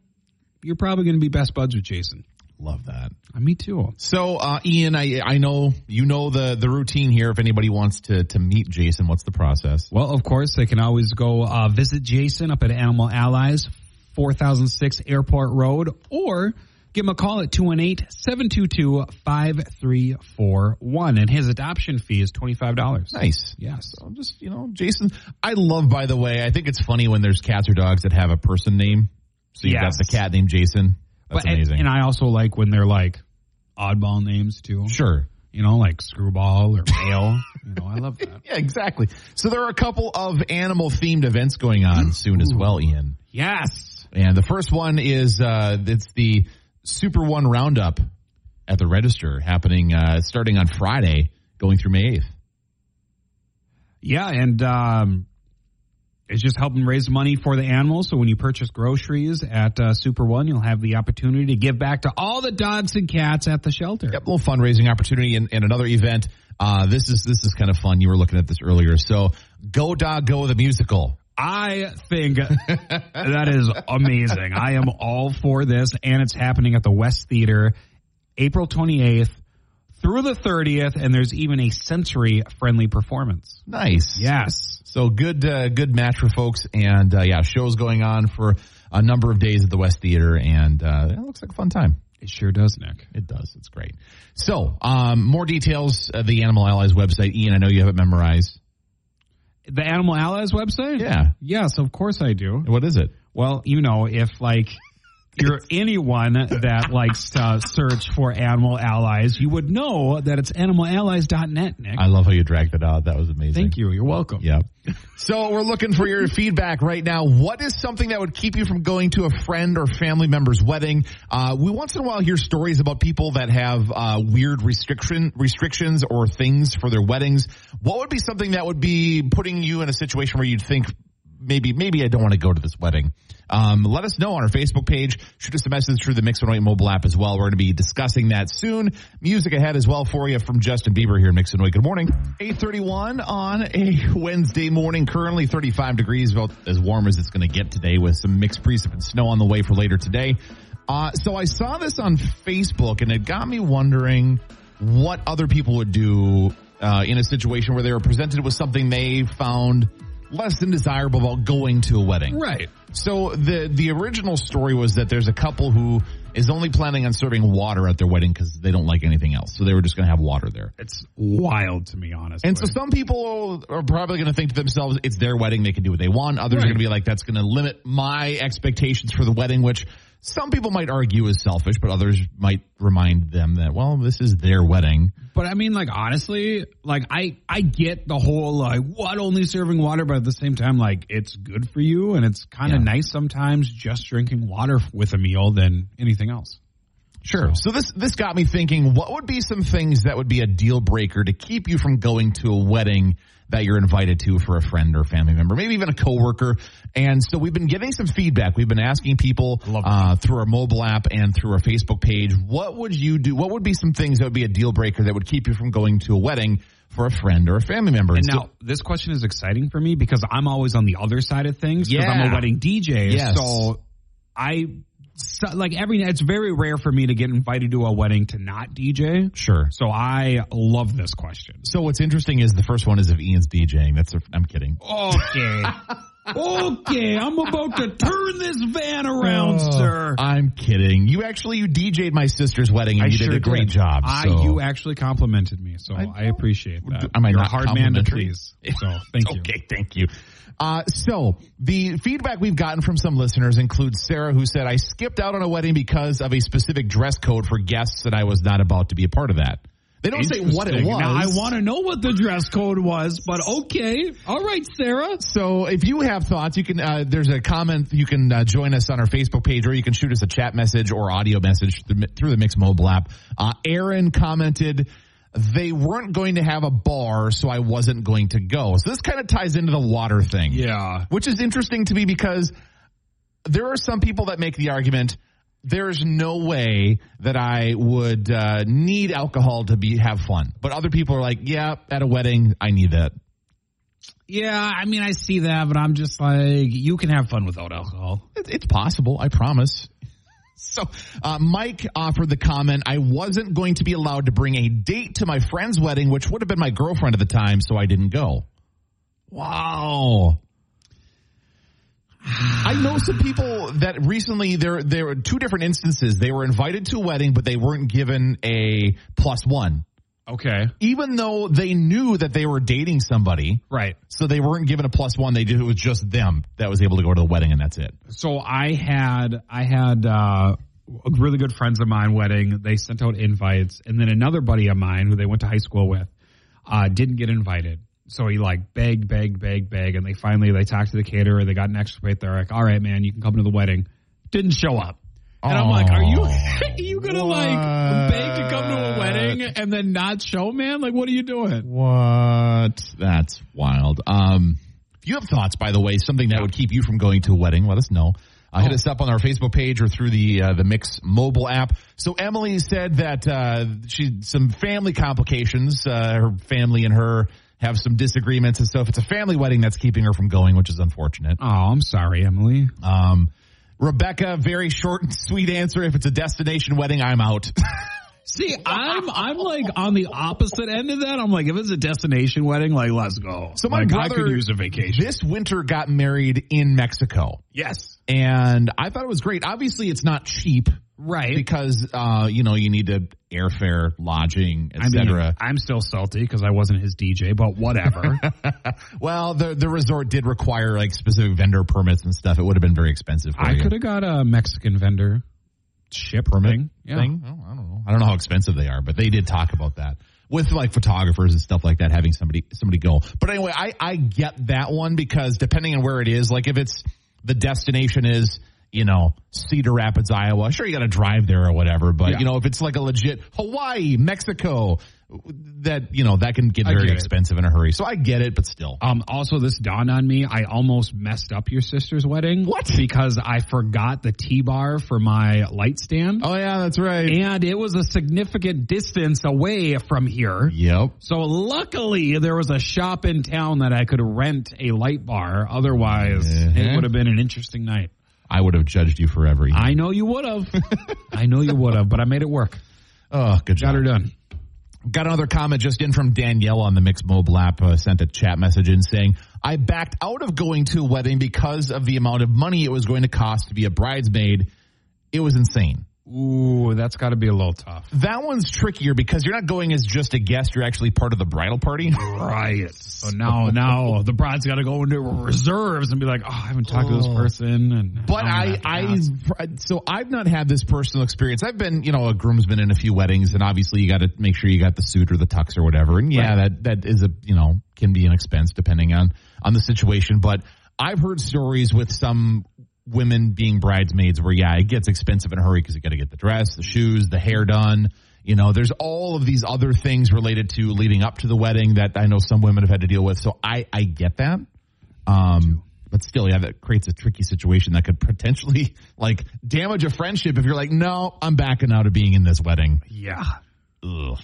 Speaker 2: you're probably going to be best buds with Jason.
Speaker 1: Love that.
Speaker 2: Uh, me too.
Speaker 1: So, uh, Ian, I I know you know the the routine here. If anybody wants to to meet Jason, what's the process?
Speaker 2: Well, of course, they can always go uh, visit Jason up at Animal Allies, 4006 Airport Road, or give him a call at 218 722 5341. And his adoption fee is $25.
Speaker 1: Nice.
Speaker 2: Yes.
Speaker 1: So just you know, Jason. I love. By the way, I think it's funny when there's cats or dogs that have a person name. So you've got
Speaker 2: Yes.
Speaker 1: the cat named Jason. That's
Speaker 2: and-
Speaker 1: amazing.
Speaker 2: And, I also like when they're like oddball names too.
Speaker 1: sure.
Speaker 2: you know, like screwball or mail. you know, I love that.
Speaker 1: Yeah, exactly. So there are a couple of animal themed events going on soon as well, Ian.
Speaker 2: Yes.
Speaker 1: And the first one is uh, it's the Super One Roundup at the Register happening uh, starting on Friday, going through May eighth.
Speaker 2: Yeah, and um, it's just helping raise money for the animals. So when you purchase groceries at uh, Super One, you'll have the opportunity to give back to all the dogs and cats at the shelter.
Speaker 1: Yep, little fundraising opportunity and, and another event. Uh, this is this is kind of fun. You were looking at this earlier. So Go Dog Go the musical.
Speaker 2: I think that is amazing. I am all for this, and it's happening at the West Theater, April twenty eighth through the thirtieth, and there's even a sensory friendly performance.
Speaker 1: Nice.
Speaker 2: Yes.
Speaker 1: So good uh, good match for folks and uh, yeah, shows going on for a number of days at the West Theater and uh, it looks like a fun time.
Speaker 2: It sure does, Nick.
Speaker 1: It does. It's great. So, um, more details uh, the Animal Allies website. Ian, I know you have it memorized.
Speaker 2: The Animal Allies website?
Speaker 1: Yeah.
Speaker 2: Yes, of course I do.
Speaker 1: What is it?
Speaker 2: Well, you know, if like you're anyone that likes to search for Animal Allies, you would know that it's animalallies.net, Nick.
Speaker 1: I love how you dragged it out. That was amazing.
Speaker 2: Thank you. You're welcome.
Speaker 1: Yeah. So we're looking for your feedback right now. What is something that would keep you from going to a friend or family member's wedding? Uh, we once in a while hear stories about people that have uh, weird restriction restrictions or things for their weddings. What would be something that would be putting you in a situation where you'd think maybe maybe I don't want to go to this wedding? Um, let us know on our Facebook page. Shoot us a message through the Mix 108 mobile app as well. We're going to be discussing that soon. Music ahead as well for you from Justin Bieber here in Mix 108. Good morning. 831 on a Wednesday morning. Currently 35 degrees, about as warm as it's going to get today with some mixed precip and snow on the way for later today. Uh, so I saw this on Facebook and it got me wondering what other people would do uh, in a situation where they were presented with something they found less than desirable about going to a wedding.
Speaker 2: Right.
Speaker 1: So the the original story was that there's a couple who is only planning on serving water at their wedding because they don't like anything else, so they were just going to have water there.
Speaker 2: It's wild to me, honestly.
Speaker 1: And so some people are probably going to think to themselves, it's their wedding, they can do what they want. Others are
Speaker 2: Right.
Speaker 1: going to be like, that's going to limit my expectations for the wedding, which some people might argue is selfish, but others might remind them that, well, this is their wedding.
Speaker 2: But I mean, like honestly, like I I get the whole like what only serving water, but at the same time, like it's good for you and it's kind of
Speaker 1: Yeah.
Speaker 2: nice sometimes just drinking water with a meal than anything else.
Speaker 1: Sure. So this this got me thinking. What would be some things that would be a deal breaker to keep you from going to a wedding that you're invited to for a friend or family member, maybe even a coworker? And so we've been getting some feedback. We've been asking people
Speaker 2: Love
Speaker 1: uh, through our mobile app and through our Facebook page. What would you do? What would be some things that would be a deal breaker that would keep you from going to a wedding for a friend or a family member?
Speaker 2: And
Speaker 1: so-
Speaker 2: now this question is exciting for me because I'm always on the other side of things because I'm
Speaker 1: Yeah.
Speaker 2: a wedding DJ.
Speaker 1: Yes.
Speaker 2: So I so, like every it's very rare for me to get invited to a wedding to not DJ.
Speaker 1: sure.
Speaker 2: So I love this question.
Speaker 1: So what's interesting is the first one is of Ian's DJing. That's a, I'm kidding.
Speaker 2: Okay. okay, I'm about to turn this van around,
Speaker 1: Oh.
Speaker 2: sir.
Speaker 1: I'm kidding. You actually you DJ'd my sister's wedding and you did a great job.
Speaker 2: I,
Speaker 1: so.
Speaker 2: you actually complimented me, so I, appreciate that.
Speaker 1: Am I
Speaker 2: You're a
Speaker 1: not
Speaker 2: hard man to
Speaker 1: complimentary?
Speaker 2: please. So thank you.
Speaker 1: Okay, thank you. Uh, so the feedback we've gotten from some listeners includes Sarah, who said, "I skipped out on a wedding because of a specific dress code for guests, and I was not about to be a part of that." They don't say what it
Speaker 2: Interesting.
Speaker 1: was.
Speaker 2: Now I want to know what the dress code was, but okay, all right, Sarah.
Speaker 1: So if you have thoughts, you can. Uh, there's a comment. You can uh, join us on our Facebook page, or you can shoot us a chat message or audio message through, through the Mix Mobile app. Uh, Aaron commented. They weren't going to have a bar, so I wasn't going to go. So this kind of ties into the water thing.
Speaker 2: Yeah,
Speaker 1: Which is interesting to me because there are some people that make the argument there's no way that I would uh, need alcohol to be have fun. But other people are like, yeah, at a wedding, I need that.
Speaker 2: yeah. I mean, I see that, but I'm just like, you can have fun without alcohol.
Speaker 1: It- It's possible, I promise. So, uh, Mike offered the comment I wasn't going to be allowed to bring a date to my friend's wedding, which would have been my girlfriend at the time, so I didn't go. Wow. I know some people that recently there there were two different instances. They were invited to a wedding, but they weren't given a plus one,
Speaker 2: Okay,
Speaker 1: even though they knew that they were dating somebody.
Speaker 2: right.
Speaker 1: So they weren't given a plus one. They did, it was just them that was able to go to the wedding, and that's it.
Speaker 2: So I had I had uh, really good friends of mine wedding. They sent out invites, and then another buddy of mine who they went to high school with uh, didn't get invited. So he like begged, begged, begged, begged, and they finally they talked to the caterer. They got an extra plate. They're like, "All right, man, you can come to the wedding." Didn't show up, and I'm like, "Are you are you gonna like beg to come to a wedding and then not show, man? Like, what are you doing?"
Speaker 1: What? That's wild. Um, if you have thoughts, by the way, something that would keep you from going to a wedding, let us know. Uh,
Speaker 2: Oh.
Speaker 1: hit us up on our Facebook page or through the uh, the Mix mobile app. So Emily said that uh, she some family complications. Uh, her family and her have some disagreements and stuff. It's a family wedding that's keeping her from going, which is unfortunate.
Speaker 2: Oh, I'm sorry, Emily.
Speaker 1: Um, Rebecca, very short and sweet answer. If it's a destination wedding, I'm out.
Speaker 2: See, I'm I'm like on the opposite end of that. I'm like, if it's a destination wedding, like let's go.
Speaker 1: So my
Speaker 2: like, I
Speaker 1: brother-
Speaker 2: could use a vacation.
Speaker 1: this winter got married in Mexico.
Speaker 2: yes,
Speaker 1: and I thought it was great. Obviously, it's not cheap
Speaker 2: right.
Speaker 1: because uh, you know you need to airfare, lodging,
Speaker 2: I mean,
Speaker 1: etc.
Speaker 2: I'm still salty because I wasn't his DJ, but whatever.
Speaker 1: Well, the the resort did require like specific vendor permits and stuff. It would have been very expensive. For
Speaker 2: I
Speaker 1: you.
Speaker 2: could have got a Mexican vendor ship
Speaker 1: permit
Speaker 2: thing.
Speaker 1: thing. Oh, I don't know. I don't know how expensive they are, but they did talk about that with like photographers and stuff like that having somebody somebody go. But anyway, I I get that one because depending on where it is, like if it's the destination is you know Cedar Rapids, Iowa, sure you got to drive there or whatever. But
Speaker 2: Yeah.
Speaker 1: you know if it's like a legit Hawaii, Mexico, that you know that can get
Speaker 2: I
Speaker 1: very
Speaker 2: get it.
Speaker 1: expensive in a hurry. So I get it, but still.
Speaker 2: Um, also, this dawned on me. I almost messed up your sister's wedding. What? Because I forgot the T bar for my light stand,
Speaker 1: Oh yeah, that's right.
Speaker 2: and it was a significant distance away from here.
Speaker 1: Yep.
Speaker 2: So luckily, there was a shop in town that I could rent a light bar. Otherwise,
Speaker 1: Mhm.
Speaker 2: it would have been an interesting night.
Speaker 1: I would have judged you forever. Ian.
Speaker 2: I know you would have. I know you would have, but I made it work.
Speaker 1: oh, good job.
Speaker 2: Got her done.
Speaker 1: Got another comment just in from Danielle on the Mix Mobile app. Uh, sent a chat message in saying, I backed out of going to a wedding because of the amount of money it was going to cost to be a bridesmaid. It was insane.
Speaker 2: Ooh, that's got to be a little tough.
Speaker 1: That one's trickier because you're not going as just a guest. You're actually part of the bridal party.
Speaker 2: Right. So now, now the bride's got to go into reserves and be like, oh, I haven't talked to this person. And
Speaker 1: But
Speaker 2: I'm
Speaker 1: I,
Speaker 2: gonna have to
Speaker 1: I,
Speaker 2: ask.
Speaker 1: so I've not had this personal experience. I've been, you know, a groomsman in a few weddings, and obviously you got to make sure you got the suit or the tux or whatever. And yeah, that that is a, you know, can be an expense depending on on the situation. But I've heard stories with some women being bridesmaids where yeah, it gets expensive in a hurry because you got to get the dress, the shoes, the hair done. You know, there's all of these other things related to leading up to the wedding that I know some women have had to deal with. So I, I get that. Um, but still, yeah, that creates a tricky situation that could potentially like damage a friendship if you're like, no, I'm backing out of being in this wedding.
Speaker 2: yeah.
Speaker 1: Ugh.
Speaker 2: I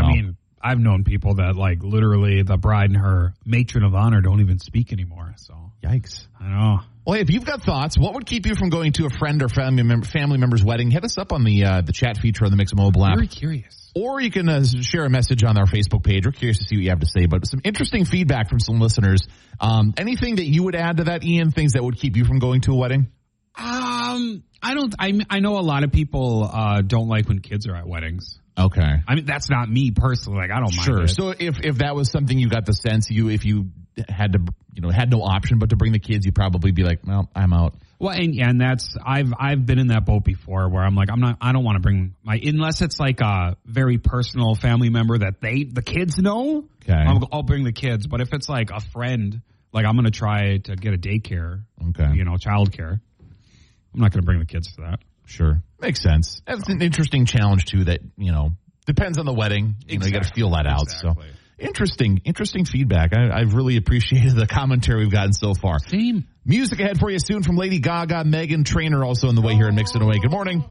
Speaker 1: Wow.
Speaker 2: mean, I've known people that like literally the bride and her matron of honor don't even speak anymore. So
Speaker 1: yikes.
Speaker 2: I know.
Speaker 1: Well, hey, if you've got thoughts, what would keep you from going to a friend or family, mem- family member's wedding? Hit us up on the uh, the chat feature on the Mix mobile app.
Speaker 2: Very curious.
Speaker 1: Or you can uh, share a message on our Facebook page. We're curious to see what you have to say, but some interesting feedback from some listeners. Um, anything that you would add to that, Ian? Things that would keep you from going to a wedding?
Speaker 2: Um, I don't. I mean, I know a lot of people uh, don't like when kids are at weddings.
Speaker 1: Okay.
Speaker 2: I mean, that's not me personally. Like, I don't mind.
Speaker 1: Sure.
Speaker 2: it.
Speaker 1: So if if that was something you got the sense you if you had to you know had no option but to bring the kids, you'd probably be like, well, I'm out.
Speaker 2: Well, and and that's I've I've been in that boat before where I'm like I'm not I don't want to bring my unless it's like a very personal family member that they the kids know.
Speaker 1: Okay.
Speaker 2: I'm, I'll bring the kids, but if it's like a friend, like I'm gonna try to get a daycare,
Speaker 1: Okay.
Speaker 2: you know, childcare. I'm not gonna bring the kids to that.
Speaker 1: Sure. Makes sense. That's an interesting challenge too that, you know, depends on the wedding. You know, you got to
Speaker 2: Exactly.
Speaker 1: feel that out.
Speaker 2: Exactly.
Speaker 1: So interesting, interesting feedback. I, I've really appreciated the commentary we've gotten so far.
Speaker 2: Team.
Speaker 1: Music ahead for you soon from Lady Gaga, Megan Trainer also on the way here in Mix It Away. Good morning.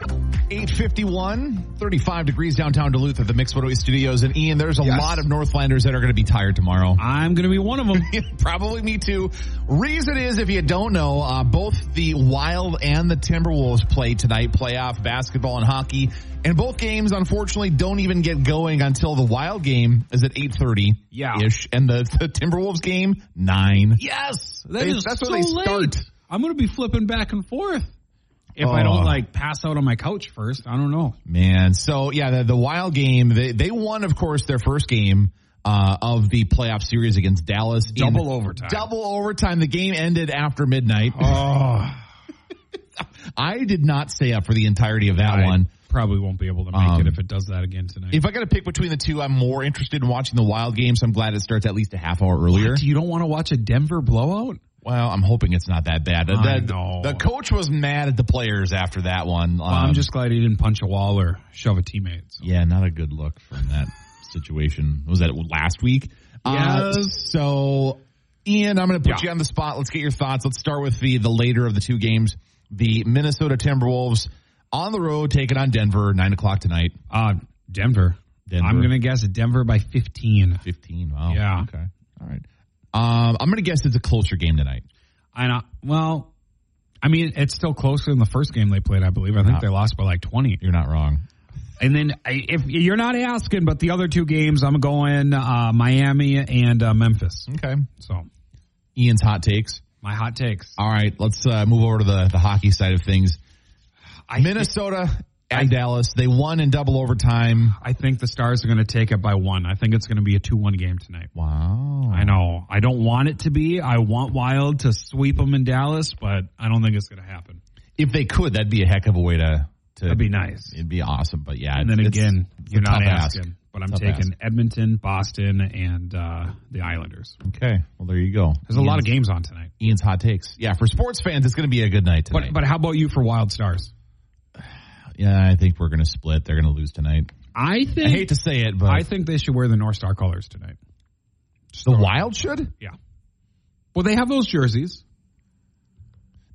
Speaker 1: 851, 35 degrees downtown Duluth at the Mix Away Studios. And Ian, there's a lot of Northlanders that are going to be tired tomorrow.
Speaker 2: I'm gonna be one of them.
Speaker 1: Probably me too. Reason is, if you don't know, uh, both the Wild and the Timberwolves play tonight, playoff basketball and hockey, and both games unfortunately don't even get going until the Wild game is at eight thirty,
Speaker 2: Yeah.
Speaker 1: ish, and the, the Timberwolves game nine.
Speaker 2: yes,
Speaker 1: They- that's where they start.
Speaker 2: I'm gonna be flipping back and forth if I
Speaker 1: Oh.
Speaker 2: don't like pass out on my couch first. I don't know.
Speaker 1: Man, so yeah, the, the Wild game they they won, of course, their first game. Uh, of the playoff series against Dallas. in
Speaker 2: Double overtime.
Speaker 1: Double overtime. The game ended after midnight.
Speaker 2: Oh.
Speaker 1: I did not stay up for the entirety of that
Speaker 2: I
Speaker 1: one.
Speaker 2: Probably won't be able to make
Speaker 1: Um,
Speaker 2: it if it does that again tonight.
Speaker 1: If I got to pick between the two, I'm more interested in watching the Wild game, so I'm glad it starts at least a half hour earlier.
Speaker 2: you don't want to watch a Denver blowout?
Speaker 1: Well, I'm hoping it's not that bad. The,
Speaker 2: I
Speaker 1: the-
Speaker 2: know.
Speaker 1: the coach was mad at the players after that one.
Speaker 2: I'm
Speaker 1: Um,
Speaker 2: just glad he didn't punch a wall or shove a teammate. So.
Speaker 1: yeah, not a good look from that situation. Was that last week? Uh,
Speaker 2: Yes.
Speaker 1: so, Ian, I'm going to put
Speaker 2: Yeah.
Speaker 1: you on the spot. Let's get your thoughts. Let's start with the the later of the two games. The Minnesota Timberwolves on the road taking on Denver nine o'clock tonight.
Speaker 2: Uh, Denver.
Speaker 1: Denver.
Speaker 2: I'm going to guess Denver by 15.
Speaker 1: 15. Wow.
Speaker 2: Yeah.
Speaker 1: Okay. All right. Um, I'm going to guess it's a closer game tonight.
Speaker 2: And I, well, I mean, it's still closer than the first game they played, I believe. I think
Speaker 1: Yeah.
Speaker 2: they lost by like 20.
Speaker 1: You're not wrong.
Speaker 2: And then I, if you're not asking, but the other two games, I'm going uh, Miami and uh, Memphis.
Speaker 1: Okay.
Speaker 2: So
Speaker 1: Ian's hot takes.
Speaker 2: my hot takes.
Speaker 1: All right. Let's uh, move over to the, the hockey side of things. Minnesota and Dallas, they won in double overtime.
Speaker 2: I think the Stars are going to take it by one. I think it's going to be a 2 1 game tonight.
Speaker 1: Wow.
Speaker 2: I know. I don't want it to be. I want Wild to sweep them in Dallas, but I don't think it's going to happen.
Speaker 1: If they could, that'd be a heck of a way to. to
Speaker 2: That'd be nice.
Speaker 1: It'd be awesome. But yeah.
Speaker 2: And then
Speaker 1: it's-
Speaker 2: again,
Speaker 1: it's a
Speaker 2: you're not
Speaker 1: tough ask.
Speaker 2: asking, but I'm
Speaker 1: Tough
Speaker 2: taking Edmonton, Boston, and uh, the Islanders.
Speaker 1: Okay. Well, there you go.
Speaker 2: There's a lot of games on tonight.
Speaker 1: Ian's hot takes. Yeah. For sports fans, it's going to be a good night
Speaker 2: But
Speaker 1: tonight.
Speaker 2: but how about you for Wild Stars?
Speaker 1: yeah, I think we're going to split. They're going to lose tonight.
Speaker 2: I think
Speaker 1: I hate to say it, but
Speaker 2: I think they should wear the North Star colors tonight.
Speaker 1: the Wild should.
Speaker 2: Yeah. Well, they have those jerseys.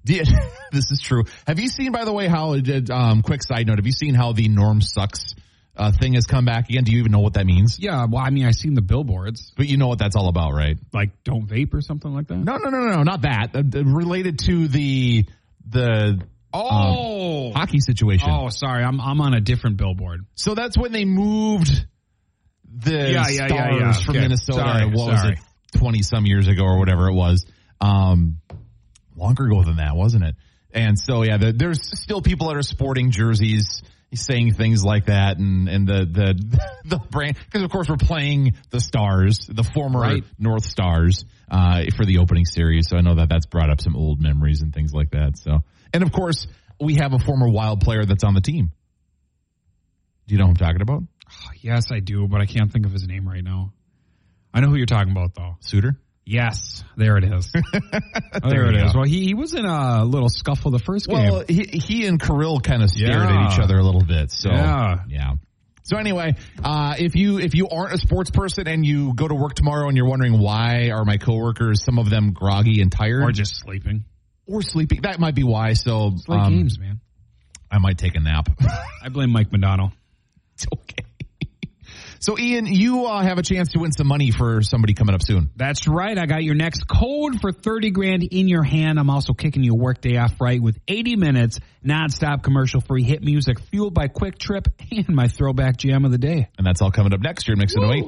Speaker 1: Did this is true? Have you seen, by the way, how? Um, quick side note: Have you seen how the norm sucks uh, thing has come back again? Do you even know what that means?
Speaker 2: Yeah. Well, I mean, I seen the billboards,
Speaker 1: But you know what that's all about, right?
Speaker 2: like don't vape or something like that.
Speaker 1: No, no, no, no, no, not that. Uh, uh, related to the the
Speaker 2: Oh.
Speaker 1: hockey situation.
Speaker 2: oh, sorry. I'm I'm on a different billboard.
Speaker 1: So that's when they moved the
Speaker 2: Yeah, yeah, yeah,
Speaker 1: stars
Speaker 2: yeah.
Speaker 1: from
Speaker 2: Okay.
Speaker 1: Minnesota.
Speaker 2: Sorry,
Speaker 1: what
Speaker 2: sorry.
Speaker 1: was it, twenty some years ago or whatever it was? Um, longer ago than that, wasn't it? And so yeah, the, there's still people that are sporting jerseys saying things like that, and and the the the brand because of course we're playing the Stars, the former
Speaker 2: Right.
Speaker 1: North Stars, uh, for the opening series. So I know that that's brought up some old memories and things like that. So and of course we have a former Wild player that's on the team. Do you know who I'm talking about?
Speaker 2: Yes, I do, but I can't think of his name right now. I know who you're talking about, though.
Speaker 1: Suter.
Speaker 2: Yes, there it is. Oh, there it
Speaker 1: you
Speaker 2: is.
Speaker 1: go.
Speaker 2: Well, he, he was in a little scuffle the first game.
Speaker 1: Well, he, he and Kirill kind of stared
Speaker 2: Yeah.
Speaker 1: at each other a little bit. So
Speaker 2: Yeah.
Speaker 1: yeah. So anyway, uh, if you if you aren't a sports person and you go to work tomorrow and you're wondering why are my coworkers some of them groggy and tired
Speaker 2: or just sleeping.
Speaker 1: or sleeping, that might be why. So
Speaker 2: Play
Speaker 1: um,
Speaker 2: games, man.
Speaker 1: I might take a nap.
Speaker 2: I blame Mike McDonald.
Speaker 1: It's okay. So, Ian, you uh, have a chance to win some money for somebody coming up soon.
Speaker 2: That's right. I got your next code for 30 grand in your hand. I'm also kicking your workday off right with 80 minutes nonstop commercial free hit music fueled by Quick Trip and my throwback jam of the day.
Speaker 1: And that's all coming up next year, Mix it 08.